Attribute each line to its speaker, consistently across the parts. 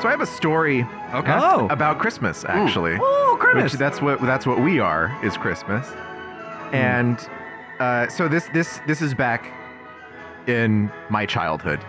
Speaker 1: So I have a story uh,
Speaker 2: Okay.
Speaker 3: Oh.
Speaker 1: about Christmas, actually.
Speaker 3: Oh,
Speaker 1: Which
Speaker 3: Christmas.
Speaker 1: that's what that's what we are is Christmas,
Speaker 3: Hmm.
Speaker 1: and uh, so this this this is back in my childhood.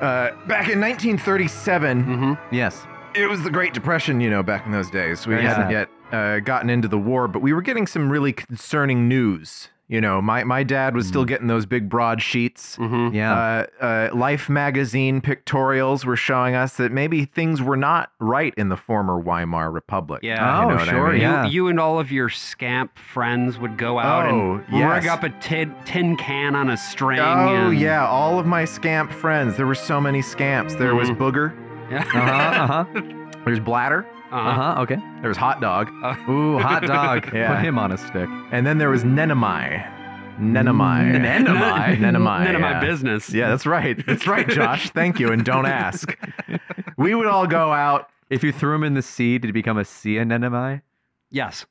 Speaker 1: Uh, back in 1937,
Speaker 3: Hmm.
Speaker 2: Mm-hmm.
Speaker 3: yes.
Speaker 1: it was the Great Depression, you know, back in those days. We
Speaker 3: Yeah.
Speaker 1: hadn't yet uh, gotten into the war, but we were getting some really concerning news. You know, my, my dad was
Speaker 3: Hmm.
Speaker 1: still getting those big broadsheets.
Speaker 2: Mm-hmm.
Speaker 3: Yeah.
Speaker 1: Uh, uh, Life magazine pictorials were showing us that maybe things were not right in the former Weimar Republic.
Speaker 2: Yeah.
Speaker 3: Oh,
Speaker 1: You know what I
Speaker 3: sure,
Speaker 1: mean?
Speaker 3: yeah.
Speaker 2: You, you and all of your scamp friends would go out
Speaker 1: Oh,
Speaker 2: and
Speaker 1: yes.
Speaker 2: rig up a tin, tin can on a string.
Speaker 1: Oh,
Speaker 2: and-
Speaker 1: yeah. All of my scamp friends. There were so many scamps. There was
Speaker 2: Mhm.
Speaker 3: Mm-hmm.
Speaker 1: Booger,
Speaker 3: Uh
Speaker 2: Yeah.
Speaker 3: huh. Uh huh.
Speaker 1: there's Bladder,
Speaker 2: Uh-huh.
Speaker 3: Uh huh. Okay.
Speaker 1: there was Hot Dog,
Speaker 3: Ooh, hot dog.
Speaker 1: Yeah.
Speaker 3: Put him on a stick.
Speaker 1: and then there was Nenemai. Nenemai.
Speaker 3: Mm, Nenemai?
Speaker 1: Nenemai.
Speaker 2: None of my
Speaker 1: Uh-huh. yeah.
Speaker 2: business.
Speaker 1: Yeah, that's right. That's right, Josh. Thank you. And don't ask. We would all go out.
Speaker 3: If you threw him in the sea, did he become a sea anemone?
Speaker 2: Yes.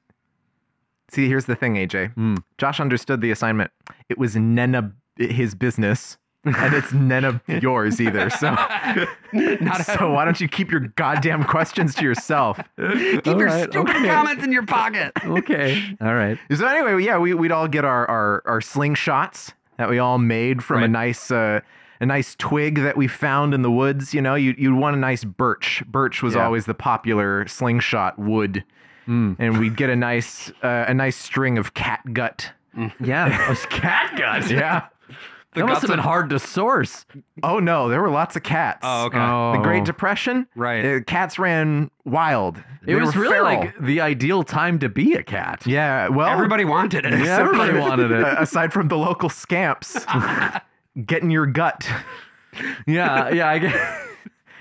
Speaker 1: See, here's the thing, AJ.
Speaker 3: Hmm.
Speaker 1: Josh understood the assignment. It was Nena his business, and it's Nena yours either. So,
Speaker 2: Not
Speaker 1: so why don't you keep your goddamn questions to yourself?
Speaker 2: Keep your stupid comments in your pocket.
Speaker 1: Oh.
Speaker 3: Okay. All right.
Speaker 1: So anyway, yeah, we, we'd all get our, our, our slingshots that we all made from a
Speaker 2: Right.
Speaker 1: nice uh, a nice twig that we found in the woods. You know, you you'd want a nice birch. Birch was
Speaker 3: Yeah.
Speaker 1: always the popular slingshot wood,
Speaker 3: Mm.
Speaker 1: and we'd get a nice uh, a nice string of catgut.
Speaker 3: Yeah.
Speaker 1: Cat gut. Yeah.
Speaker 3: that must
Speaker 2: guts
Speaker 3: have been
Speaker 2: of-
Speaker 3: hard to source.
Speaker 1: Oh no, there were lots of cats.
Speaker 2: Oh, okay.
Speaker 1: The Great
Speaker 3: Oh.
Speaker 1: Depression.
Speaker 2: Right.
Speaker 1: uh, cats ran wild.
Speaker 3: It
Speaker 1: They
Speaker 3: was
Speaker 1: were
Speaker 3: really
Speaker 1: feral.
Speaker 3: like the ideal time to be a cat.
Speaker 1: yeah. Well,
Speaker 2: Everybody wanted it.
Speaker 1: except for-
Speaker 3: everybody wanted it.
Speaker 1: Aside from the local scamps, getting your gut.
Speaker 3: Yeah. Yeah. I guess.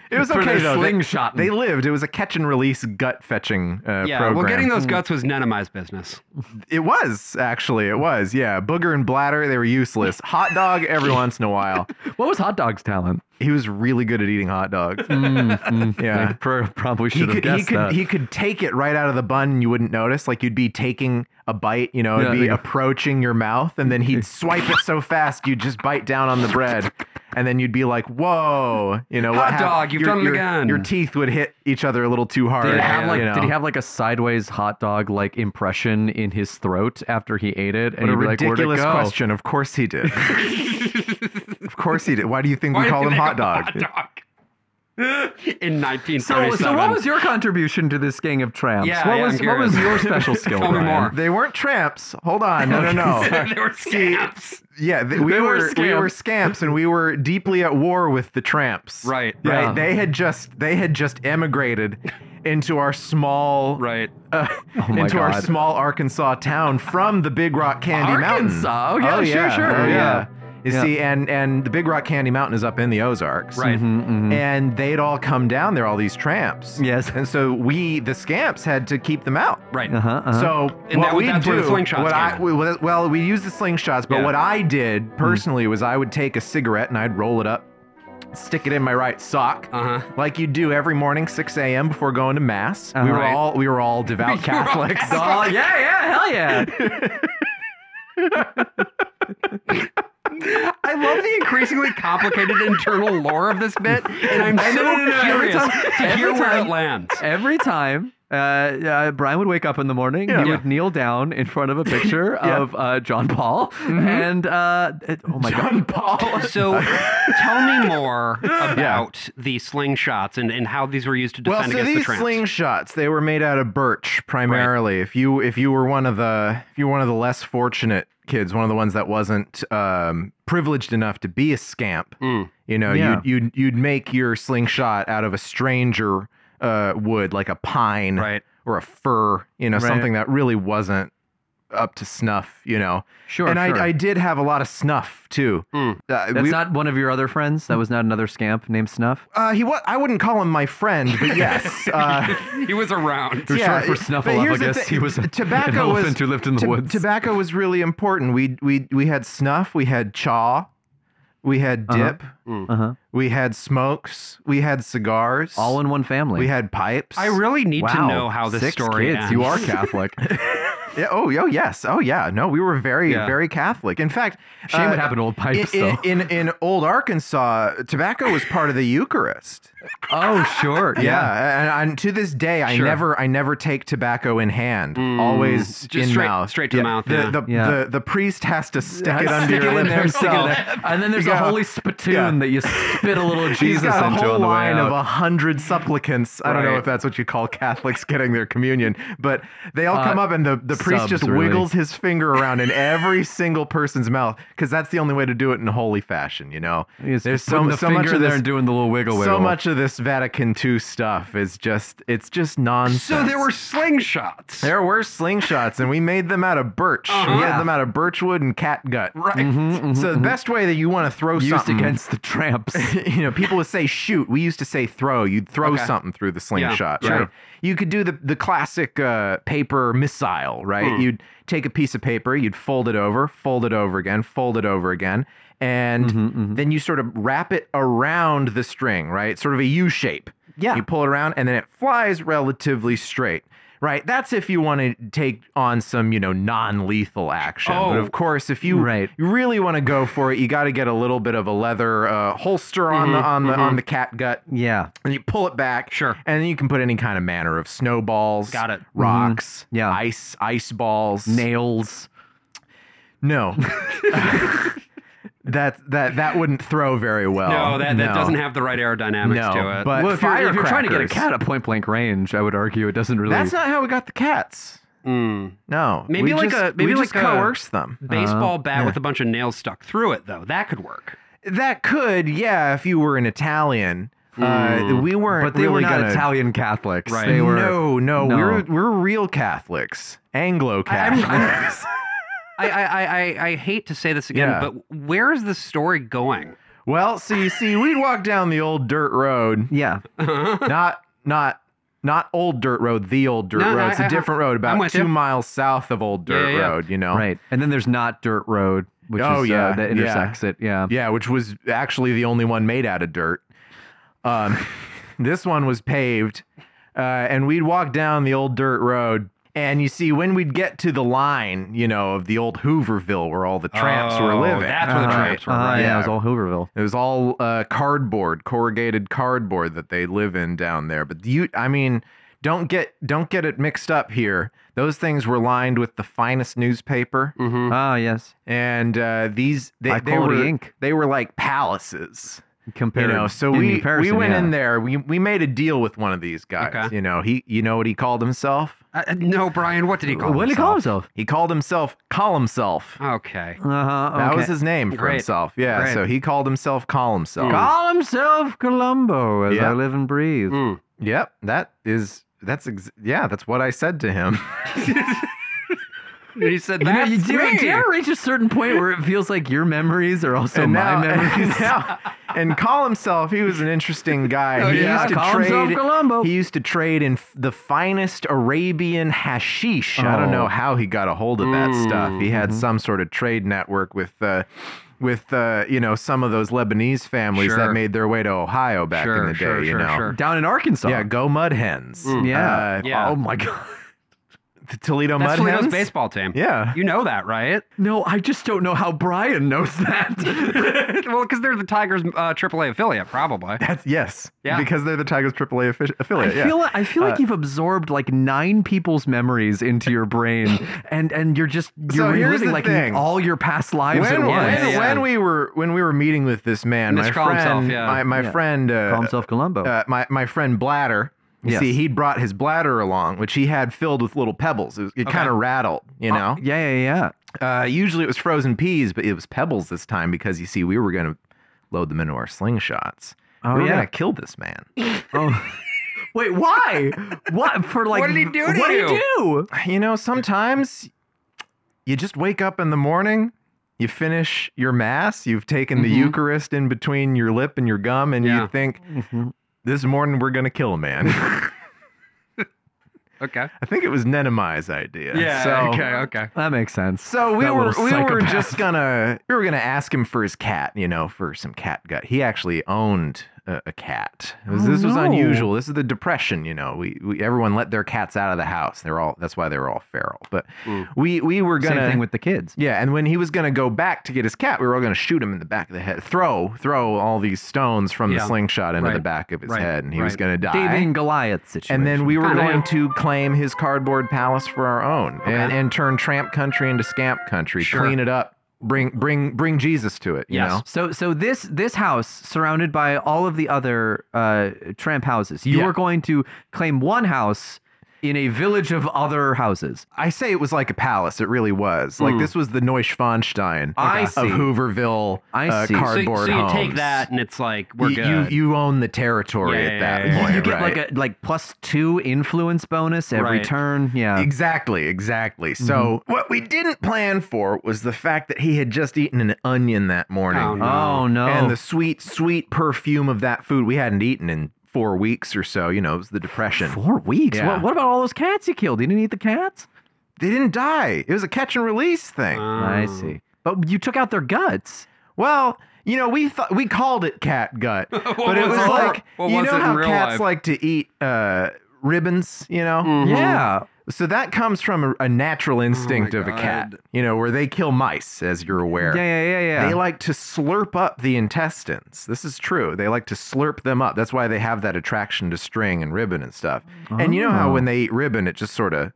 Speaker 1: It was
Speaker 3: For
Speaker 1: okay
Speaker 3: the
Speaker 1: though. They-
Speaker 3: slingshotting.
Speaker 1: They, lived. It was a catch and release gut fetching uh,
Speaker 2: Yeah,
Speaker 1: program.
Speaker 2: well, getting those guts was none of my business.
Speaker 1: It was actually. It was. Yeah. Booger and bladder. They were useless. Hot dog every once in a while.
Speaker 3: What was hot dog's talent?
Speaker 1: He was really good at eating hot dogs.
Speaker 3: Mm, mm.
Speaker 1: Yeah.
Speaker 3: I pro- probably
Speaker 1: he
Speaker 3: should have
Speaker 1: could he
Speaker 3: guessed
Speaker 1: could
Speaker 3: that.
Speaker 1: he could take it right out of the bun and you wouldn't notice like you'd be taking a bite you know it'd
Speaker 3: Yeah,
Speaker 1: be
Speaker 3: yeah.
Speaker 1: approaching your mouth and then he'd swipe it so fast you'd just bite down on the bread and then you'd be like whoa you know what
Speaker 2: Hot
Speaker 1: hap-
Speaker 2: dog, you've
Speaker 1: your,
Speaker 2: done it
Speaker 1: your-
Speaker 2: again.
Speaker 1: your teeth would hit each other a little too hard
Speaker 3: did, it have
Speaker 1: you
Speaker 3: like,
Speaker 1: know?
Speaker 3: did he have like a sideways hot dog like impression in his throat after he ate it?
Speaker 1: what
Speaker 3: And
Speaker 1: a
Speaker 3: you'd be like, where'd it
Speaker 1: ridiculous
Speaker 3: go?
Speaker 1: question of course he did of course he did why do you think
Speaker 2: Why
Speaker 1: we
Speaker 2: did
Speaker 1: call
Speaker 2: they
Speaker 1: him hot
Speaker 2: call
Speaker 1: dog
Speaker 2: it hot dog? In 1937.
Speaker 3: So, so what was your contribution to this gang of tramps?
Speaker 2: Yeah,
Speaker 3: what
Speaker 2: yeah, I'm
Speaker 3: was what was your
Speaker 2: curious.
Speaker 3: special skill?
Speaker 2: Tell me
Speaker 3: Brian?
Speaker 2: more.
Speaker 1: they weren't tramps hold on no no no
Speaker 2: they were scamps.
Speaker 1: Yeah, th- we
Speaker 3: They were
Speaker 1: were, we were
Speaker 3: scamps.
Speaker 1: scamps, and we were deeply at war with the tramps.
Speaker 2: Right.
Speaker 1: right.
Speaker 3: Yeah.
Speaker 1: They had just they had just emigrated into our small
Speaker 2: Right.
Speaker 1: uh,
Speaker 3: Oh my
Speaker 1: into our
Speaker 3: God.
Speaker 1: small Arkansas town from the Big Rock Candy
Speaker 3: Arkansas?
Speaker 1: Mountain. oh,
Speaker 3: Okay, sure,
Speaker 1: yeah.
Speaker 3: sure,
Speaker 1: Oh, yeah.
Speaker 3: yeah.
Speaker 1: You
Speaker 3: Yeah.
Speaker 1: see, and and the Big Rock Candy Mountain is up in the Ozarks. Mm-hmm.
Speaker 2: Right.
Speaker 3: Mhm, mhm.
Speaker 1: And they'd all come down there, all these tramps.
Speaker 3: Yes.
Speaker 1: And so we, the scamps, had to keep them out.
Speaker 2: Right.
Speaker 3: Uh-huh, uh-huh.
Speaker 1: So
Speaker 2: And
Speaker 1: what
Speaker 2: that-
Speaker 1: we
Speaker 2: that's
Speaker 1: do,
Speaker 2: where the slingshots
Speaker 1: what I,
Speaker 2: came in.
Speaker 1: we- well, well, we use the slingshots, but
Speaker 2: Yeah.
Speaker 1: what I
Speaker 3: Mm.
Speaker 1: did personally was I would take a cigarette and I'd roll it up, stick it in my right sock,
Speaker 2: Uh huh.
Speaker 1: like you do every morning, 6 a.m. before going to mass.
Speaker 3: Uh-huh.
Speaker 1: We were
Speaker 2: Right.
Speaker 1: all we were all
Speaker 2: You
Speaker 1: devout
Speaker 2: were all
Speaker 1: Catholics.
Speaker 2: Catholic.
Speaker 3: Oh, yeah, yeah, hell yeah.
Speaker 2: I love the increasingly complicated internal lore of this bit, and I'm
Speaker 3: No,
Speaker 2: so
Speaker 3: no, no, no, every
Speaker 2: curious
Speaker 3: time-
Speaker 2: to hear
Speaker 3: every
Speaker 2: where
Speaker 3: time-
Speaker 2: it lands.
Speaker 3: Every time uh, uh, Brian would wake up in the morning, he
Speaker 2: Yeah.
Speaker 3: would kneel down in front of a picture
Speaker 1: Yeah. Mm-hmm.
Speaker 3: of uh, John Paul, and uh, it- oh my god,
Speaker 1: John Paul.
Speaker 2: So, tell me more about the slingshots and, and how these were used to
Speaker 1: Well,
Speaker 2: defend
Speaker 1: so
Speaker 2: against the
Speaker 1: these
Speaker 2: tramps.
Speaker 1: slingshots, they were made out of birch primarily. If you if you were one of the if you were one of the less fortunate kids, one of the ones that wasn't um, privileged enough to be a scamp,
Speaker 2: Mm.
Speaker 1: you know,
Speaker 3: Yeah.
Speaker 1: you'd, you'd you'd make your slingshot out of a stranger uh, wood, like a pine
Speaker 2: right.
Speaker 1: or a fir, you know,
Speaker 3: Right.
Speaker 1: something that really wasn't up to snuff, you know.
Speaker 3: sure,
Speaker 1: and
Speaker 3: sure. Hmm.
Speaker 1: I, I did have a lot of snuff too.
Speaker 2: Mm.
Speaker 1: Uh,
Speaker 3: That's
Speaker 1: we-
Speaker 3: not one of your other friends. That was not another scamp named Snuff.
Speaker 1: uh, he was. I wouldn't call him my friend, but yes. Uh,
Speaker 2: He was around.
Speaker 3: Who's
Speaker 1: Yeah,
Speaker 3: short for
Speaker 1: but here's the
Speaker 3: Snuffleupagus.
Speaker 1: thing.
Speaker 3: He was a-
Speaker 1: Tobacco
Speaker 3: an
Speaker 1: was-
Speaker 3: elephant who lived in the
Speaker 1: Tob-
Speaker 3: woods.
Speaker 1: Tobacco was really important. We we we had snuff, we had chaw, we had
Speaker 3: Uh-huh.
Speaker 1: dip,
Speaker 3: uh-huh.
Speaker 1: we had smokes, we had cigars.
Speaker 3: All in one family.
Speaker 1: we had pipes.
Speaker 2: I really need
Speaker 3: Wow.
Speaker 2: to know how this
Speaker 3: Six
Speaker 2: story
Speaker 3: kids.
Speaker 2: ends.
Speaker 3: You are Catholic.
Speaker 1: Yeah. Oh, yo, yes. Oh, yeah. No, we were very,
Speaker 3: Yeah.
Speaker 1: very Catholic. In fact,
Speaker 3: Shame
Speaker 1: uh,
Speaker 3: it happened to old
Speaker 1: in,
Speaker 3: pipes
Speaker 1: in,
Speaker 3: though.
Speaker 1: in in old Arkansas, tobacco was part of the Eucharist.
Speaker 3: oh sure,
Speaker 1: Yeah, and, and to this day, I
Speaker 2: Sure.
Speaker 1: never, I never take tobacco in hand.
Speaker 2: Mm,
Speaker 1: Always
Speaker 2: just
Speaker 1: in
Speaker 2: straight-
Speaker 1: mouth,
Speaker 2: straight to the mouth, yeah.
Speaker 1: The, the,
Speaker 3: Yeah.
Speaker 1: the the priest has to stick it
Speaker 3: Stick
Speaker 1: under
Speaker 3: it
Speaker 1: your
Speaker 3: in
Speaker 1: lip
Speaker 3: there, Oh. stick it in
Speaker 1: himself.
Speaker 3: there. And then there's
Speaker 1: Yeah.
Speaker 3: a holy spittoon
Speaker 1: Yeah.
Speaker 3: that you spit a little
Speaker 1: He's
Speaker 3: Jesus
Speaker 1: got a
Speaker 3: into
Speaker 1: whole
Speaker 3: on the
Speaker 1: line
Speaker 3: way out.
Speaker 1: of a hundred supplicants. I don't know
Speaker 3: Right.
Speaker 1: if that's what you call Catholics getting their communion, but they all
Speaker 3: Uh,
Speaker 1: come up and the, the priest
Speaker 3: subs,
Speaker 1: just
Speaker 3: really.
Speaker 1: wiggles his finger around in every single person's mouth because that's the only way to do it in holy fashion, you know.
Speaker 3: He's
Speaker 1: There's
Speaker 3: just putting
Speaker 1: so-
Speaker 3: the
Speaker 1: so
Speaker 3: finger
Speaker 1: much of
Speaker 3: in there
Speaker 1: this-
Speaker 3: and doing the little wiggle wiggle.
Speaker 1: So much of this Vatican II stuff is just it's just nonsense.
Speaker 2: So there were slingshots.
Speaker 1: there were slingshots and we made them out of birch. We
Speaker 2: Uh-huh.
Speaker 1: made them out of birchwood and catgut.
Speaker 2: right.
Speaker 3: Mhm, mhm,
Speaker 1: So the
Speaker 3: mhm.
Speaker 1: best way that you want to throw
Speaker 3: used
Speaker 1: something
Speaker 3: against the tramps.
Speaker 1: you know, people would say shoot. We used to say throw. You'd throw
Speaker 2: Okay.
Speaker 1: something through the slingshot,
Speaker 2: sure.
Speaker 1: right? You could do the the classic uh, paper missile, right?
Speaker 2: Hmm.
Speaker 1: You'd take a piece of paper, you'd fold it over, fold it over again, fold it over again, and
Speaker 2: Mm-hmm,
Speaker 3: Mhm, mhm.
Speaker 1: then you sort of wrap it around the string, right? Sort of a U shape.
Speaker 3: Yeah.
Speaker 1: You pull it around, and then it flies relatively straight. Right, that's if you want to take on some, you know, non-lethal action. But
Speaker 2: Oh.
Speaker 1: of course, if you
Speaker 3: Right.
Speaker 1: you really want to go for it, you got to get a little bit of a leather uh, holster on the
Speaker 2: Mhm,
Speaker 1: on the
Speaker 2: mhm.
Speaker 1: on the cat gut,
Speaker 3: Yeah.
Speaker 1: and you pull it back.
Speaker 2: Sure.
Speaker 1: And then you can put any kind of manner of snowballs,
Speaker 2: Got it. Mm-hmm.
Speaker 1: rocks,
Speaker 3: Yeah.
Speaker 1: ice, ice balls,
Speaker 3: Nails.
Speaker 1: No, that that that wouldn't throw very well.
Speaker 3: oh,
Speaker 2: No, that, that
Speaker 1: No.
Speaker 2: doesn't have the right aerodynamics
Speaker 1: No,
Speaker 2: to it.
Speaker 1: but-
Speaker 3: well, if you're, if you're trying to get a
Speaker 1: firecrackers.
Speaker 3: cat at point blank range, I would argue it doesn't really.
Speaker 1: That's not how we got the cats.
Speaker 2: Mm.
Speaker 1: No,
Speaker 2: Maybe
Speaker 1: we
Speaker 2: like
Speaker 1: just,
Speaker 2: a- maybe
Speaker 1: we
Speaker 2: like
Speaker 1: just
Speaker 2: a-
Speaker 1: coerce them.
Speaker 3: Uh,
Speaker 2: Baseball bat
Speaker 1: yeah.
Speaker 2: with a bunch of nails stuck through it, though. That could work.
Speaker 1: That could, yeah, if you were an Italian. Uh,
Speaker 2: Mm.
Speaker 1: we weren't.
Speaker 3: but they
Speaker 1: really
Speaker 3: were not
Speaker 1: gonna,
Speaker 3: Italian Catholics.
Speaker 2: Right.
Speaker 3: They were.
Speaker 1: no, no,
Speaker 3: No.
Speaker 1: We're we're real Catholics, Anglo
Speaker 2: I'm-
Speaker 1: Catholics.
Speaker 2: I, I, I, I, I hate to say this again,
Speaker 1: Yeah.
Speaker 2: but where is this story going?
Speaker 1: well, so you see, we'd walk down the old dirt road,
Speaker 3: Yeah.
Speaker 1: not not not old dirt road, the old dirt
Speaker 2: No,
Speaker 1: road.
Speaker 2: no,
Speaker 1: it's
Speaker 2: I-
Speaker 1: a
Speaker 2: I-
Speaker 1: different road,
Speaker 2: I'm
Speaker 1: about
Speaker 2: with
Speaker 1: two
Speaker 2: you.
Speaker 1: miles south of old
Speaker 2: Yeah,
Speaker 1: dirt
Speaker 2: yeah, yeah.
Speaker 1: road. You know,
Speaker 3: Right. And then there's not dirt road, which
Speaker 1: Oh,
Speaker 3: is
Speaker 1: yeah,
Speaker 3: uh, that
Speaker 1: yeah.
Speaker 3: intersects it. Yeah.
Speaker 1: Yeah, which was actually the only one made out of dirt. Um, this one was paved, uh, and we'd walk down the old dirt road. And you see, when we'd get to the line, you know, of the old Hooverville where all the tramps were
Speaker 2: Oh,
Speaker 1: living,
Speaker 2: that's where the
Speaker 1: Uh-huh.
Speaker 2: tramps were,
Speaker 3: Uh,
Speaker 1: right.
Speaker 3: Yeah.
Speaker 1: Yeah.
Speaker 3: It was all Hooverville.
Speaker 1: It was all uh, cardboard, corrugated cardboard that they live in down there. But you, I mean, don't get don't get it mixed up here. Those things were lined with the finest newspaper,
Speaker 2: Mm-hmm.
Speaker 3: Ah, yes.
Speaker 1: and uh, these they,
Speaker 3: High
Speaker 1: they were
Speaker 3: quality ink.
Speaker 1: they were like palaces.
Speaker 3: Compared.
Speaker 1: You know, so
Speaker 3: in
Speaker 1: we we
Speaker 3: comparison,
Speaker 1: went
Speaker 3: yeah.
Speaker 1: in there. We we made a deal with one of these guys.
Speaker 2: Okay.
Speaker 1: You know, he you know what he called himself?
Speaker 2: Uh, no, Brian, what did he call
Speaker 3: What did he call himself?
Speaker 1: He called himself Call himself.
Speaker 2: Okay.
Speaker 3: Uh huh.
Speaker 1: That was his name for
Speaker 2: Great.
Speaker 1: himself. Yeah.
Speaker 2: Great.
Speaker 1: So he called himself Call himself.
Speaker 3: Call himself Columbo as
Speaker 1: Yeah.
Speaker 3: I live and breathe.
Speaker 2: Mm.
Speaker 1: Yep. That is that's ex- yeah. That's what I said to him.
Speaker 2: He said
Speaker 3: You know,
Speaker 2: that.
Speaker 3: you do, do you ever reach a certain point where it feels like your memories are also
Speaker 1: and now,
Speaker 3: my memories?
Speaker 1: and now- and Call himself. He was an interesting guy.
Speaker 2: Oh,
Speaker 1: he
Speaker 2: yeah,
Speaker 1: used to
Speaker 3: Call himself
Speaker 1: trade.
Speaker 3: Columbo.
Speaker 1: He used to trade in f- the finest Arabian hashish. I don't
Speaker 3: Oh.
Speaker 1: know how he got a hold of that
Speaker 2: Mm,
Speaker 1: stuff. He had some sort of trade network with, uh, with uh, you know, some of those Lebanese families that
Speaker 2: Sure.
Speaker 1: made their way to Ohio back
Speaker 2: Sure,
Speaker 1: in the day.
Speaker 2: sure,
Speaker 1: you
Speaker 2: sure,
Speaker 1: know,
Speaker 2: sure.
Speaker 3: Down in Arkansas.
Speaker 1: yeah, go Mud Hens.
Speaker 2: Mm.
Speaker 3: Yeah.
Speaker 1: Uh,
Speaker 2: Yeah.
Speaker 1: Oh my god, the Toledo
Speaker 2: That's
Speaker 1: Mud
Speaker 2: Toledo's
Speaker 1: Hens.
Speaker 2: baseball team.
Speaker 1: Yeah.
Speaker 2: You know that, right?
Speaker 3: No, I just don't know how Brian knows that.
Speaker 2: well, because they're the Tigers' uh, AAA affiliate, probably.
Speaker 1: That's yes.
Speaker 2: Yeah.
Speaker 1: Because they're the Tigers AAA affi-
Speaker 3: I
Speaker 1: affiliate. yeah.
Speaker 3: feel like, I feel
Speaker 1: Uh,
Speaker 3: like you've absorbed like nine people's memories into your brain, and and you're just you're
Speaker 1: So here's
Speaker 3: reliving
Speaker 1: the
Speaker 3: like
Speaker 1: thing.
Speaker 3: all your past lives
Speaker 1: when,
Speaker 3: at
Speaker 1: when,
Speaker 3: once.
Speaker 2: Yeah, yeah.
Speaker 1: when we were when we were meeting with this man, my
Speaker 2: Mr. Call
Speaker 1: friend,
Speaker 2: himself, yeah.
Speaker 1: my, my
Speaker 3: Yeah.
Speaker 1: friend,
Speaker 3: Call
Speaker 1: uh,
Speaker 3: himself Columbo.
Speaker 1: uh, my my friend Bladder. You
Speaker 3: Yes.
Speaker 1: see, he brought his bladder along, which he had filled with little pebbles. It, was- it
Speaker 2: Okay. Oh.
Speaker 1: kind of rattled, you know.
Speaker 3: yeah, yeah, yeah.
Speaker 1: Uh, usually it was frozen peas, but it was pebbles this time because you see, we were gonna load them into our slingshots.
Speaker 3: Oh,
Speaker 1: we were
Speaker 3: yeah.
Speaker 1: gonna kill this man.
Speaker 3: Oh. Wait, why? What for? Like,
Speaker 2: did he do to
Speaker 3: what did he do?
Speaker 1: You know, sometimes you just wake up in the morning, you finish your mass, you've taken the
Speaker 2: Mhm.
Speaker 1: Eucharist in between your lip and your gum, and you
Speaker 2: Yeah.
Speaker 1: think,
Speaker 3: Mm-hmm.
Speaker 1: this morning we're going to kill a man.
Speaker 2: Okay.
Speaker 1: I think it was Nenemai's idea. So,
Speaker 2: okay. Okay.
Speaker 3: That makes sense.
Speaker 1: So we
Speaker 3: That
Speaker 1: were
Speaker 3: little
Speaker 1: we were
Speaker 3: psychopath.
Speaker 1: just gonna we were gonna ask him for his cat, you know, for some cat gut. He actually owned a, a cat. It was-
Speaker 4: Oh,
Speaker 1: this was
Speaker 4: no.
Speaker 1: unusual. This is the depression, you know. We, we everyone let their cats out of the house. They're all that's why they were all feral. But
Speaker 4: Ooh.
Speaker 1: we we were gonna
Speaker 5: Same thing with the kids.
Speaker 1: yeah, and when he was gonna go back to get his cat, we were all gonna shoot him in the back of the head, throw throw all these stones from
Speaker 4: Yeah.
Speaker 1: the slingshot into the
Speaker 4: Right.
Speaker 1: back of his
Speaker 4: Right.
Speaker 1: head, and he was
Speaker 4: Right.
Speaker 1: gonna die.
Speaker 5: David and Goliath situation.
Speaker 1: and then we were
Speaker 4: Kinda.
Speaker 1: going to claim his cardboard palace for our own,
Speaker 4: Okay.
Speaker 1: and, and turn tramp country into scamp country,
Speaker 4: Sure.
Speaker 1: clean it up, bring bring bring Jesus to it. You
Speaker 4: Yes.
Speaker 1: know,
Speaker 5: So so this this house surrounded by all of the other uh, tramp houses. You
Speaker 1: Yeah.
Speaker 5: were going to claim one house in a village of other houses.
Speaker 1: I say it was like a palace. It really was. Like
Speaker 4: Mm.
Speaker 1: this was the Neuschwanstein
Speaker 5: I
Speaker 1: of
Speaker 5: see.
Speaker 1: Hooverville
Speaker 5: I
Speaker 1: uh,
Speaker 5: see. So- so
Speaker 4: So,
Speaker 1: cardboard
Speaker 4: so you take
Speaker 1: homes.
Speaker 4: that and it's like we're
Speaker 1: you,
Speaker 4: good.
Speaker 1: you you own the territory
Speaker 4: Yeah,
Speaker 1: at
Speaker 4: yeah,
Speaker 1: that
Speaker 4: yeah, yeah.
Speaker 1: point.
Speaker 5: you get
Speaker 1: right?
Speaker 5: like a like plus two influence bonus every
Speaker 4: Right.
Speaker 5: turn. Yeah.
Speaker 1: Exactly, exactly. So
Speaker 4: Mm-hmm.
Speaker 1: what we didn't plan for was the fact that he had just eaten an onion that morning. Uh,
Speaker 4: Oh, no.
Speaker 5: Oh no.
Speaker 1: And the sweet, sweet perfume of that food we hadn't eaten in four weeks or so. You know, it was the depression.
Speaker 5: Four weeks.
Speaker 1: Yeah.
Speaker 5: What, what about all those cats you killed? You didn't eat the cats?
Speaker 1: They didn't die. It was a catch and release thing.
Speaker 5: I
Speaker 4: Oh.
Speaker 1: Um,
Speaker 5: see. But you took out their guts.
Speaker 1: Well, you know, we thought we called it cat gut,
Speaker 4: What
Speaker 1: but it
Speaker 4: was
Speaker 1: was
Speaker 4: it-
Speaker 1: like
Speaker 4: what
Speaker 1: you
Speaker 4: was it
Speaker 1: know
Speaker 4: in
Speaker 1: how
Speaker 4: real
Speaker 1: cats
Speaker 4: life?
Speaker 1: like to eat uh, ribbons. You know,
Speaker 4: Mhm.
Speaker 5: Yeah.
Speaker 1: so that comes from a, a natural instinct of a cat.
Speaker 4: Oh God.
Speaker 1: You know, where they kill mice, as you're aware.
Speaker 5: Yeah, yeah, yeah, yeah.
Speaker 1: They like to slurp up the intestines. This is true. They like to slurp them up. That's why they have that attraction to string and ribbon and stuff. And you know how
Speaker 5: Oh.
Speaker 1: when they eat ribbon, it just sort of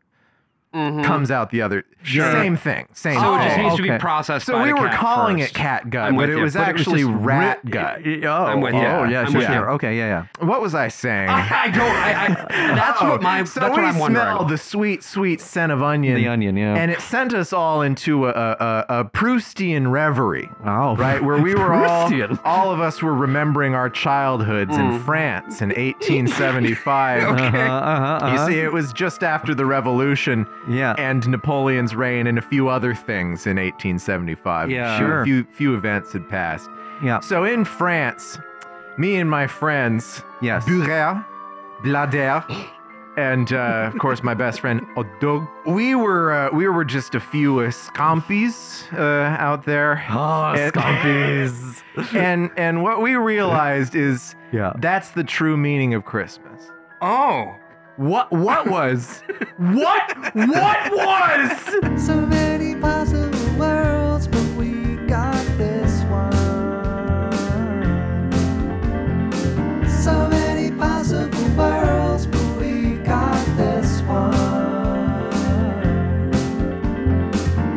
Speaker 4: Mhm.
Speaker 1: comes out the other.
Speaker 5: Sure.
Speaker 1: Same thing. Same
Speaker 4: So it just
Speaker 1: thing.
Speaker 4: needs to
Speaker 5: okay.
Speaker 4: be processed.
Speaker 1: so
Speaker 4: by
Speaker 1: we
Speaker 4: the
Speaker 1: were
Speaker 4: cat
Speaker 1: calling
Speaker 4: first.
Speaker 1: it cat gut,
Speaker 4: I'm
Speaker 1: but
Speaker 4: with
Speaker 1: it
Speaker 4: you,
Speaker 1: was
Speaker 4: but
Speaker 5: It was
Speaker 1: actually
Speaker 5: just
Speaker 1: rat
Speaker 5: ri-
Speaker 1: gut.
Speaker 5: Oh,
Speaker 4: I'm with
Speaker 5: oh,
Speaker 4: you.
Speaker 5: yeah,
Speaker 4: I'm
Speaker 5: sure,
Speaker 4: with you.
Speaker 5: sure. Okay, yeah, yeah.
Speaker 1: What was I saying?
Speaker 4: I don't. I, I, Ah, that's
Speaker 1: Uh-oh.
Speaker 4: what my.
Speaker 1: Oh. So
Speaker 4: that's
Speaker 1: we
Speaker 4: what I'm
Speaker 1: smelled
Speaker 4: wondering.
Speaker 1: the sweet, sweet scent of onion.
Speaker 5: The onion, yeah.
Speaker 1: And it sent us all into a, a, a, a Proustian reverie.
Speaker 5: oh,
Speaker 1: right? Where we were all,
Speaker 5: Christian.
Speaker 1: all of us were remembering our childhoods in France in 1875.
Speaker 5: Uh-huh, uh-huh,
Speaker 1: You
Speaker 5: uh-huh.
Speaker 1: see, it was just after the revolution
Speaker 5: Yeah.
Speaker 1: and Napoleon's reign and a few other things in 1875.
Speaker 4: Yeah.
Speaker 1: A
Speaker 5: Sure.
Speaker 1: few, few events had passed.
Speaker 5: yeah.
Speaker 1: So in France, me and my friends,
Speaker 5: Yes.
Speaker 1: Burer, Blader, and uh, of course my best friend Odog. We were uh, we were just a few uh, scampies uh, out there.
Speaker 5: Oh,
Speaker 1: It-
Speaker 5: scumpies.
Speaker 1: and and what we realized is
Speaker 5: yeah.
Speaker 1: that's the true meaning of Christmas.
Speaker 4: Oh.
Speaker 5: What what was what what was
Speaker 6: So many possible worlds, but we got this one. So many possible worlds, but we got this one.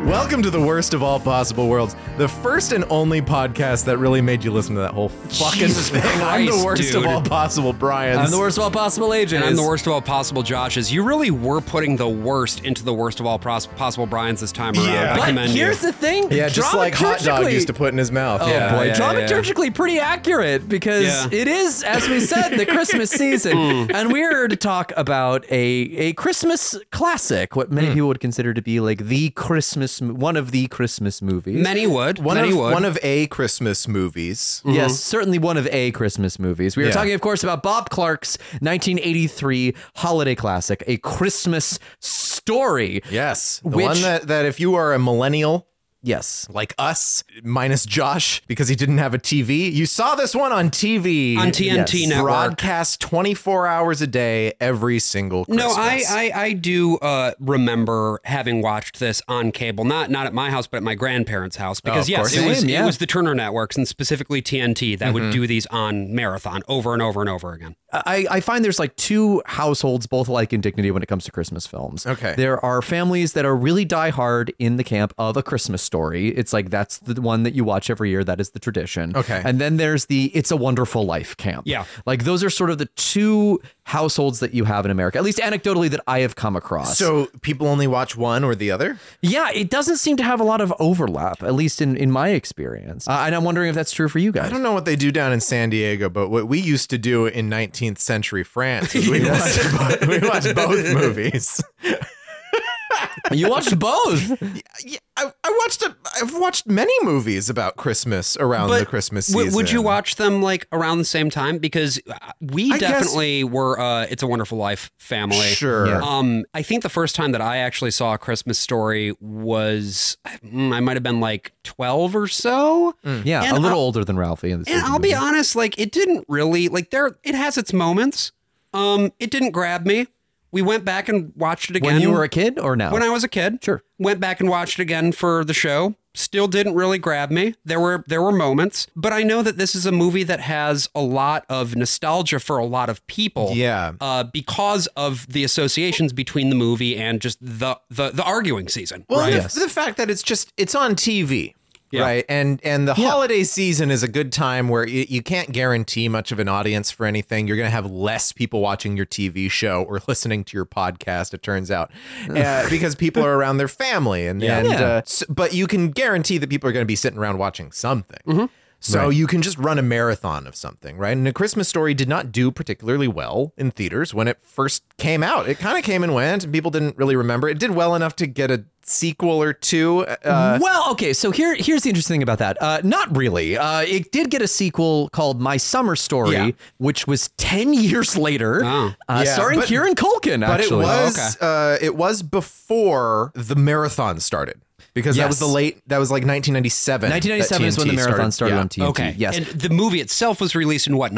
Speaker 1: Welcome to the worst of all possible worlds, the first and only podcast that really made you listen to that whole fucking
Speaker 2: Jesus
Speaker 1: thing. I'm the
Speaker 2: Christ,
Speaker 1: worst of
Speaker 2: dude.
Speaker 1: all possible Brian's.
Speaker 2: I'm the worst of all possible agents. And I'm the worst of all possible Joshes. You really were putting the worst into the worst of all pros- possible Brian's this time around.
Speaker 1: Yeah.
Speaker 2: I
Speaker 1: But
Speaker 2: commend
Speaker 3: Here's
Speaker 2: you.
Speaker 3: the thing.
Speaker 2: Yeah, just like Hot Dog used to
Speaker 3: put in his mouth. Oh
Speaker 2: Yeah,
Speaker 3: boy,
Speaker 2: yeah,
Speaker 3: dramaturgically pretty accurate because
Speaker 2: Yeah. Hmm.
Speaker 3: it is, as we said, the Christmas season, and we're here to talk about a a Christmas classic, what
Speaker 2: Hmm.
Speaker 3: many people would consider to be like the Christmas, m- one of the Christmas movies.
Speaker 2: Many would.
Speaker 7: one
Speaker 2: many
Speaker 7: of
Speaker 2: would. Mm.
Speaker 7: one of a Christmas movies.
Speaker 3: Yes,
Speaker 2: hmm.
Speaker 3: certainly one of a Christmas movies. We are
Speaker 7: Yeah.
Speaker 3: talking, of course, about Bob Clark's 1983 holiday classic, A Christmas Story.
Speaker 7: Yes, the
Speaker 3: Which-
Speaker 7: one that that if you are a millennial
Speaker 3: Yes.
Speaker 7: like us, minus Josh because he didn't have a TV, you saw this one on TV
Speaker 2: on TNT
Speaker 3: Yes.
Speaker 2: Network.
Speaker 7: broadcast 24 hours a day every single Christmas.
Speaker 2: No, I, I I do uh, remember having watched this on cable, not not at my house, but at my grandparents' house, because
Speaker 7: of
Speaker 2: yes,
Speaker 7: course.
Speaker 2: it was
Speaker 3: Same, yeah.
Speaker 2: it was the Turner Networks and specifically TNT that would do these on marathon over and over and over again.
Speaker 3: I, I find there's like two households both alike in dignity when it comes to Christmas films.
Speaker 7: Okay.
Speaker 3: There are families that are really diehard in the camp of a Christmas story. It's like that's the one that you watch every year. That is the tradition.
Speaker 7: Okay.
Speaker 3: And then there's the It's a Wonderful Life camp.
Speaker 2: Yeah.
Speaker 3: Like those are sort of the two households that you have in America, at least anecdotally that I have come across.
Speaker 7: so people only watch one or the other.
Speaker 3: yeah, it doesn't seem to have a lot of overlap, at least in, in my experience. Uh, and I'm wondering if that's true for you guys.
Speaker 7: I don't know what they do down in San Diego, but what we used to do in 19th century France is we watched bo- we watched both movies.
Speaker 3: You watched both.
Speaker 1: Yeah, I, I watched a, I've watched many movies about Christmas around the Christmas season.
Speaker 2: w- would you watch them like around the same time? Because uh, we
Speaker 1: I guess-
Speaker 2: definitely were. Uh, it's a Wonderful Life family.
Speaker 1: Sure. Yeah.
Speaker 2: Um, I think the first time that I actually saw a Christmas Story was mm, I might have been like twelve or so.
Speaker 3: Yeah,
Speaker 2: And
Speaker 3: a little
Speaker 2: I'll-
Speaker 3: older than Ralphie. In this
Speaker 2: And
Speaker 3: Disney
Speaker 2: I'll be
Speaker 3: movie.
Speaker 2: honest, like it didn't really like there. It has its moments. Um, it didn't grab me. We went back and watched it again
Speaker 3: When you were a kid or now?
Speaker 2: when I was a kid.
Speaker 3: Sure.
Speaker 2: Went back and watched it again for the show. Still didn't really grab me. There were there were moments, but I know that this is a movie that has a lot of nostalgia for a lot of people.
Speaker 1: Yeah.
Speaker 2: Uh, because of the associations between the movie and just the the, the arguing season.
Speaker 1: Well,
Speaker 2: right?
Speaker 1: the, the fact that it's just it's on TV, right? And and the holiday season is a good time where you, you can't guarantee much of an audience for anything. You're going to have less people watching your TV show or listening to your podcast. It turns out uh, because people are around their family, and and Uh, s- but you can guarantee that people are going to be sitting around watching something.
Speaker 3: Mm-hmm.
Speaker 1: So you can just run a marathon of something, right? And A Christmas Story did not do particularly well in theaters when it first came out. It kind of came and went, and people didn't really remember. It did well enough to get a sequel or two. Uh,
Speaker 3: well, okay. So here, here's the interesting thing about that. Uh, not really. Uh, it did get a sequel called My Summer Story,
Speaker 1: Yeah.
Speaker 3: which was ten years later,
Speaker 2: Oh.
Speaker 3: uh,
Speaker 1: Yeah,
Speaker 3: starring
Speaker 1: but-
Speaker 3: Kieran Culkin.
Speaker 1: but it
Speaker 3: actually, Oh,
Speaker 1: was uh, it was before the marathon started because that was
Speaker 3: Yes.
Speaker 1: the late that was like 1997. that
Speaker 3: 1997 is when the
Speaker 1: TNT
Speaker 3: marathon started,
Speaker 1: Yeah.
Speaker 3: on TNT.
Speaker 2: Okay.
Speaker 3: Yes.
Speaker 2: And the movie itself was released in what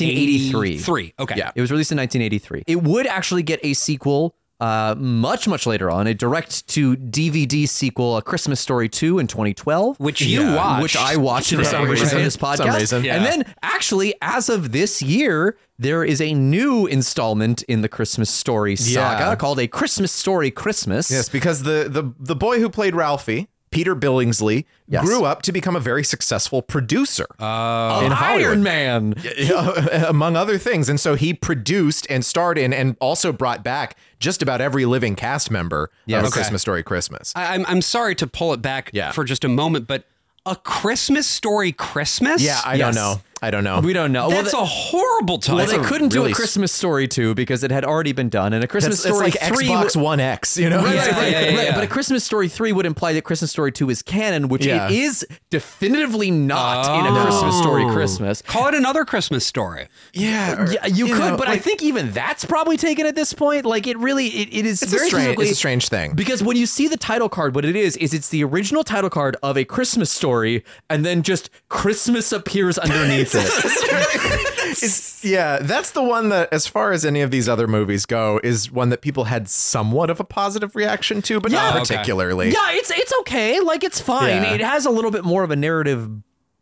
Speaker 2: 1983.
Speaker 3: 1983.
Speaker 2: Okay.
Speaker 1: Yeah.
Speaker 3: It was released in 1983. It would actually get a sequel uh, much, much later on, a direct to DVD sequel, A Christmas Story 2 in 2012.
Speaker 2: Which you watched.
Speaker 3: Which I watched for some
Speaker 1: Right,
Speaker 3: reason on
Speaker 1: right.
Speaker 3: this podcast.
Speaker 1: Some reason.
Speaker 2: Yeah.
Speaker 3: And then, actually, as of this year, there is a new installment in the Christmas Story saga
Speaker 1: Yeah.
Speaker 3: called A Christmas Story Christmas.
Speaker 1: Yes, because the the the boy who played Ralphie, Peter Billingsley,
Speaker 3: Yes. Oh.
Speaker 1: grew up to become a very successful producer.
Speaker 3: of Iron Man.
Speaker 1: Yeah, among other things. And so he produced and starred in and also brought back just about every living cast member of A Christmas Story Christmas.
Speaker 2: I, I'm I'm sorry to pull it back
Speaker 1: Yeah.
Speaker 2: for just a moment, but a Christmas story Christmas?
Speaker 1: yeah, I don't
Speaker 3: Yes.
Speaker 1: know. I don't know.
Speaker 3: We don't know. Well,
Speaker 2: That's
Speaker 3: the-
Speaker 2: a horrible
Speaker 3: well,
Speaker 2: title.
Speaker 3: they couldn't do
Speaker 1: really
Speaker 3: a
Speaker 1: s-
Speaker 3: Christmas story too because it had already been done, and a Christmas
Speaker 1: It's, it's
Speaker 3: story
Speaker 1: like
Speaker 3: three
Speaker 1: Xbox One X, you know?
Speaker 3: Right,
Speaker 2: Yeah,
Speaker 3: right, right,
Speaker 2: yeah, yeah,
Speaker 3: right.
Speaker 2: yeah.
Speaker 3: But a Christmas Story 3 would imply that Christmas Story 2 is canon, which
Speaker 1: Yeah.
Speaker 3: it is definitively not in a Christmas Story
Speaker 1: Oh.
Speaker 3: Christmas.
Speaker 2: Call it another Christmas story.
Speaker 1: Yeah.
Speaker 3: Yeah, you, could,
Speaker 1: know,
Speaker 3: but I
Speaker 1: like,
Speaker 3: think even that's probably taken at this point. Like it really, it, it is
Speaker 1: it's a,
Speaker 3: very
Speaker 1: strange,
Speaker 3: difficult-
Speaker 1: it's a strange thing.
Speaker 3: because when you see the title card, what it is is it's the original title card of a Christmas story, and then just Christmas appears underneath it.
Speaker 1: It's, yeah, that's the one that, as far as any of these other movies go, is one that people had somewhat of a positive reaction to, but
Speaker 2: Yeah.
Speaker 1: not
Speaker 2: Okay.
Speaker 1: particularly.
Speaker 3: Yeah, it's it's okay. Like it's fine.
Speaker 1: Yeah.
Speaker 3: It has a little bit more of a narrative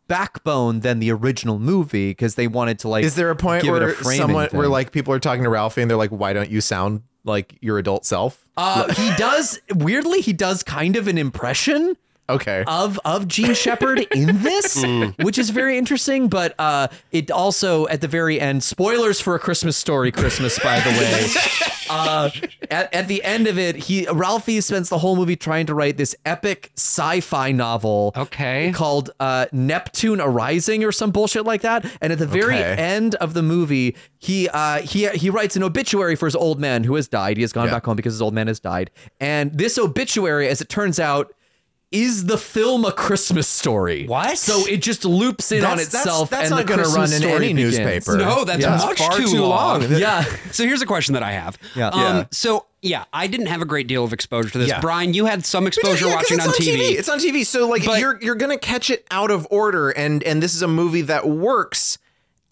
Speaker 3: backbone than the original movie because they wanted to like.
Speaker 1: Is there a point
Speaker 3: give it
Speaker 1: where
Speaker 3: framing
Speaker 1: someone where
Speaker 3: thing.
Speaker 1: like people are talking to Ralphie and they're like, "Why don't you sound like your adult self?"
Speaker 3: Uh, he does weirdly he does kind of an impression
Speaker 1: Okay.
Speaker 3: of of Gene Shepard in this, which is very interesting. But uh, it also at the very end, spoilers for a Christmas story, Christmas by the way. Uh, at, at the end of it, he Ralphie spends the whole movie trying to write this epic sci-fi novel.
Speaker 2: Okay.
Speaker 3: Called uh, Neptune Arising or some bullshit like that. And at the very
Speaker 1: Okay.
Speaker 3: end of the movie, he uh, he he writes an obituary for his old man who has died. He has gone
Speaker 1: Yeah.
Speaker 3: back home because his old man has died. And this obituary, as it turns out, is the film a Christmas story?
Speaker 2: What?
Speaker 3: So it just loops in on
Speaker 1: That's- that's-
Speaker 3: itself.
Speaker 1: that's
Speaker 3: and
Speaker 1: not
Speaker 3: going
Speaker 1: gonna
Speaker 3: to
Speaker 1: run in any newspaper.
Speaker 2: No, that's
Speaker 1: Yeah.
Speaker 2: much
Speaker 1: Far
Speaker 2: too,
Speaker 1: too
Speaker 2: long.
Speaker 1: long.
Speaker 3: Yeah.
Speaker 2: So here's a question that I have.
Speaker 3: Yeah.
Speaker 2: Um,
Speaker 1: Yeah.
Speaker 2: So yeah, I didn't have a great deal of exposure to this.
Speaker 1: Yeah.
Speaker 2: Brian, you had some
Speaker 1: Yeah,
Speaker 2: exposure
Speaker 1: 'cause
Speaker 2: watching
Speaker 1: it's
Speaker 2: on TV.
Speaker 1: It's on TV, so like
Speaker 2: But-
Speaker 1: you're you're gonna catch it out of order, and and this is a movie that works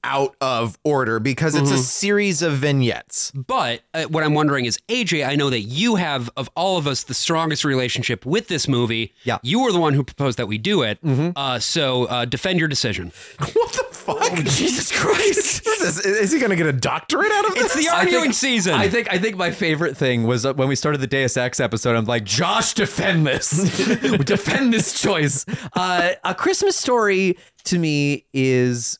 Speaker 1: out of order because it's a series of vignettes.
Speaker 2: But uh, what I'm wondering is, AJ, I know that you have, of all of us, the strongest relationship with this movie.
Speaker 3: Yeah. Mm-hmm.
Speaker 2: You were the one who proposed that we do it. Uh, so uh, defend your decision.
Speaker 1: What the fuck? Jesus Christ! Oh, is, is he gonna get a doctorate out of this?
Speaker 2: It's the arguing season.
Speaker 3: I think I think my favorite thing was uh, when we started the Deus Ex episode. I'm like, Josh, defend this, defend this choice. Uh, a Christmas Story to me is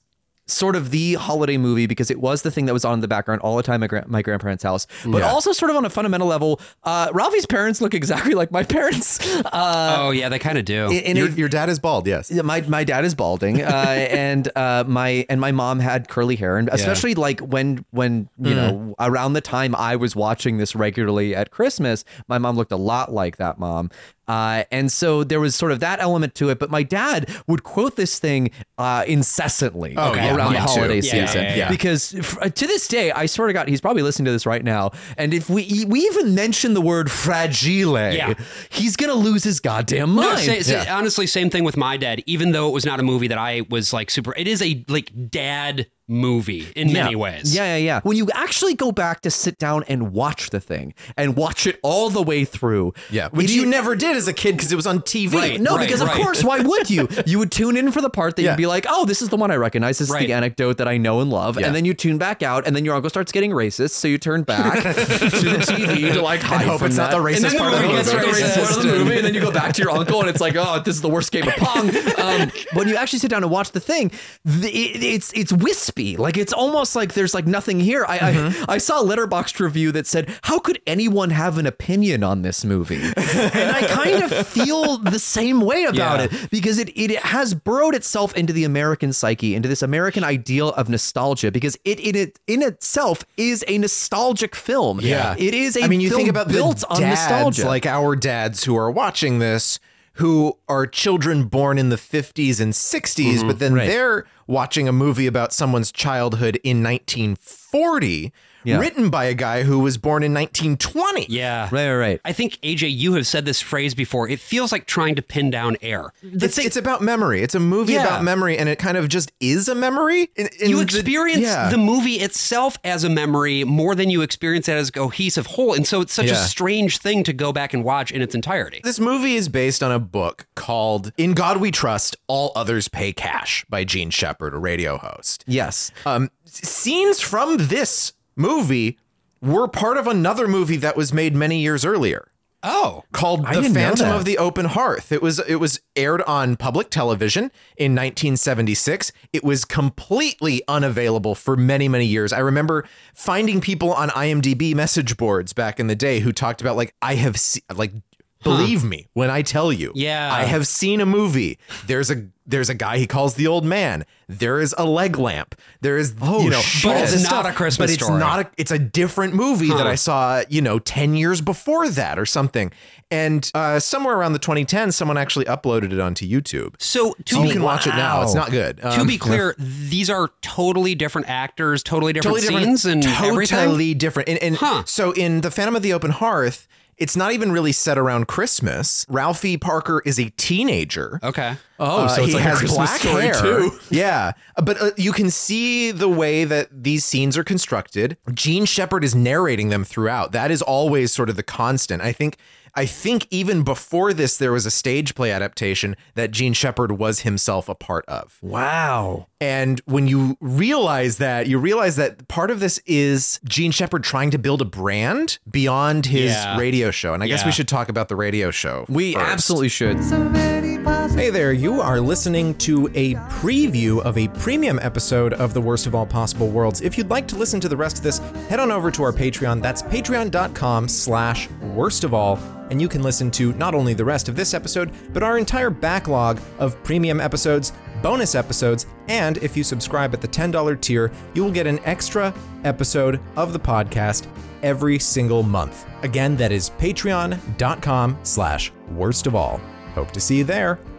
Speaker 3: sort of the holiday movie because it was the thing that was on in the background all the time at gra- my grandparents' house. But also, sort of on a fundamental level, uh, Ralphie's parents look exactly like my parents. Uh,
Speaker 2: oh yeah, they kind of do.
Speaker 3: in a
Speaker 1: Your, your dad is bald, yes.
Speaker 3: yeah, my my dad is balding, uh, and uh, my and my mom had curly hair, and especially like when when you know
Speaker 2: Mm.
Speaker 3: around the time I was watching this regularly at Christmas, my mom looked a lot like that mom. Uh, and so there was sort of that element to it, but my dad would quote this thing uh, incessantly
Speaker 1: yeah,
Speaker 3: around the
Speaker 1: mine too.
Speaker 3: holiday
Speaker 2: Oh, Yeah, yeah,
Speaker 3: season
Speaker 2: yeah,
Speaker 1: yeah.
Speaker 3: because f- uh, to this day, I swear to God, he's probably listening to this right now. And if we we even mention the word fragile,
Speaker 2: Yeah.
Speaker 3: he's gonna lose his goddamn mind.
Speaker 2: No, sa- sa- honestly, same thing with my dad. Even though it was not a movie that I was like super, it is a like dad movie in many ways.
Speaker 3: Yeah, yeah, yeah. When you actually go back to sit down and watch the thing and watch it all the way through.
Speaker 1: Yeah,
Speaker 3: Which
Speaker 1: which you never did as a kid because it was on TV.
Speaker 2: Right.
Speaker 3: no, because
Speaker 2: right.
Speaker 3: of course, why would you? You would tune in for the part that
Speaker 1: Yeah.
Speaker 3: you'd be like, "Oh, this is the one I recognize. This is
Speaker 2: Right.
Speaker 3: the anecdote that I know and love."
Speaker 1: Yeah.
Speaker 3: And then you tune back out, and then your uncle starts getting racist, so you turn back to the TV to like hide
Speaker 1: I hope
Speaker 3: from
Speaker 1: it's
Speaker 3: that.
Speaker 1: not the
Speaker 2: then
Speaker 1: racist
Speaker 2: the
Speaker 1: part of
Speaker 2: movie
Speaker 1: the
Speaker 2: gets
Speaker 1: movie.
Speaker 3: That's
Speaker 2: racist.
Speaker 3: the racist part of the movie, and then you go back to your uncle, and it's like, oh, this is the worst game of pong. Um, when you actually sit down and watch the thing, the, it, it's it's wispy, like it's almost like there's like nothing here. I
Speaker 1: Mm-hmm.
Speaker 3: I, I saw a letterboxed review that said, how could anyone have an opinion on this movie? And I kind of feel the same way about
Speaker 2: Yeah.
Speaker 3: it because it it has burrowed itself into the American psyche, into this American ideal of nostalgia, because it in it in itself is a nostalgic film.
Speaker 1: Yeah,
Speaker 3: it is a
Speaker 1: I mean, you
Speaker 3: film
Speaker 1: think about
Speaker 3: built
Speaker 1: the
Speaker 3: on
Speaker 1: dads,
Speaker 3: nostalgia,
Speaker 1: like our dads who are watching this, who are children born in the fifties and 60s
Speaker 2: Mm-hmm.
Speaker 1: but then they're watching a movie about someone's childhood in nineteen forty, written by a guy who was born in nineteen twenty.
Speaker 2: yeah.
Speaker 3: right, right, right.
Speaker 2: I think AJ, you have said this phrase before. It feels like trying to pin down air. The
Speaker 1: It's, it's about memory. It's a movie
Speaker 2: Yeah.
Speaker 1: about memory, and it kind of just is a memory. In- in
Speaker 2: you
Speaker 1: the-
Speaker 2: experience the,
Speaker 1: yeah.
Speaker 2: movie itself as a memory more than you experience it as a cohesive whole. And so it's such a
Speaker 1: Yeah.
Speaker 2: strange thing to go back and watch in its entirety.
Speaker 1: This movie is based on a book called In God We Trust, All Others Pay Cash by Gene Shepard, a radio host.
Speaker 3: Yes.
Speaker 1: Um, s- scenes from this movie were part of another movie that was made many years earlier
Speaker 2: Oh.
Speaker 1: called The
Speaker 3: didn't know
Speaker 1: Phantom
Speaker 3: that.
Speaker 1: of the Open Hearth. It was it was aired on public television in 1976. It was completely unavailable for many many years. I remember finding people on IMDb message boards back in the day who talked about like I have se- like believe me when I tell you.
Speaker 2: Yeah.
Speaker 1: I have seen a movie. There's a there's a guy he calls the old man. There is a leg lamp. There is oh, you know,
Speaker 2: But
Speaker 1: all
Speaker 2: it's
Speaker 1: this
Speaker 2: not
Speaker 1: stuff.
Speaker 2: a Christmas
Speaker 1: but it's
Speaker 2: story.
Speaker 1: Not a, it's a different movie that I saw, you know, 10 years before that or something. And uh, somewhere around the 2010s, someone actually uploaded it onto YouTube.
Speaker 2: So to
Speaker 1: So
Speaker 2: be
Speaker 1: you can watch it now. It's not good.
Speaker 2: to
Speaker 1: Um,
Speaker 2: be clear, these are totally different actors, totally different
Speaker 1: totally different,
Speaker 2: scenes, and
Speaker 1: totally
Speaker 2: everything.
Speaker 1: different. And, and
Speaker 2: Huh.
Speaker 1: so in The Phantom of the Open Hearth, it's not even really set around Christmas. Ralphie Parker is a teenager.
Speaker 2: Okay.
Speaker 1: Oh,
Speaker 3: so it's
Speaker 1: he
Speaker 3: like a
Speaker 1: has
Speaker 3: Christmas
Speaker 1: black
Speaker 3: story,
Speaker 1: hair.
Speaker 3: too.
Speaker 1: Yeah, Uh, but uh, you can see the way that these scenes are constructed. Gene Shepard is narrating them throughout. That is always sort of the constant. I think. I think even before this, there was a stage play adaptation that Gene Shepard was himself a part of.
Speaker 3: Wow.
Speaker 1: And when you realize that, you realize that part of this is Gene Shepard trying to build a brand beyond his
Speaker 2: Yeah.
Speaker 1: radio show. And I guess
Speaker 2: Yeah.
Speaker 1: we should talk about the radio show.
Speaker 3: We
Speaker 1: first.
Speaker 3: absolutely should.
Speaker 6: So many possible.
Speaker 8: Hey there, you are listening to a preview of a premium episode of The Worst of All Possible Worlds. If you'd like to listen to the rest of this, head on over to our Patreon. That's patreon.com slash worst of all, and you can listen to not only the rest of this episode, but our entire backlog of premium episodes, bonus episodes, and if you subscribe at the $10 tier, you will get an extra episode of the podcast every single month. Again, that is patreon.com slash worst of all. Hope to see you there.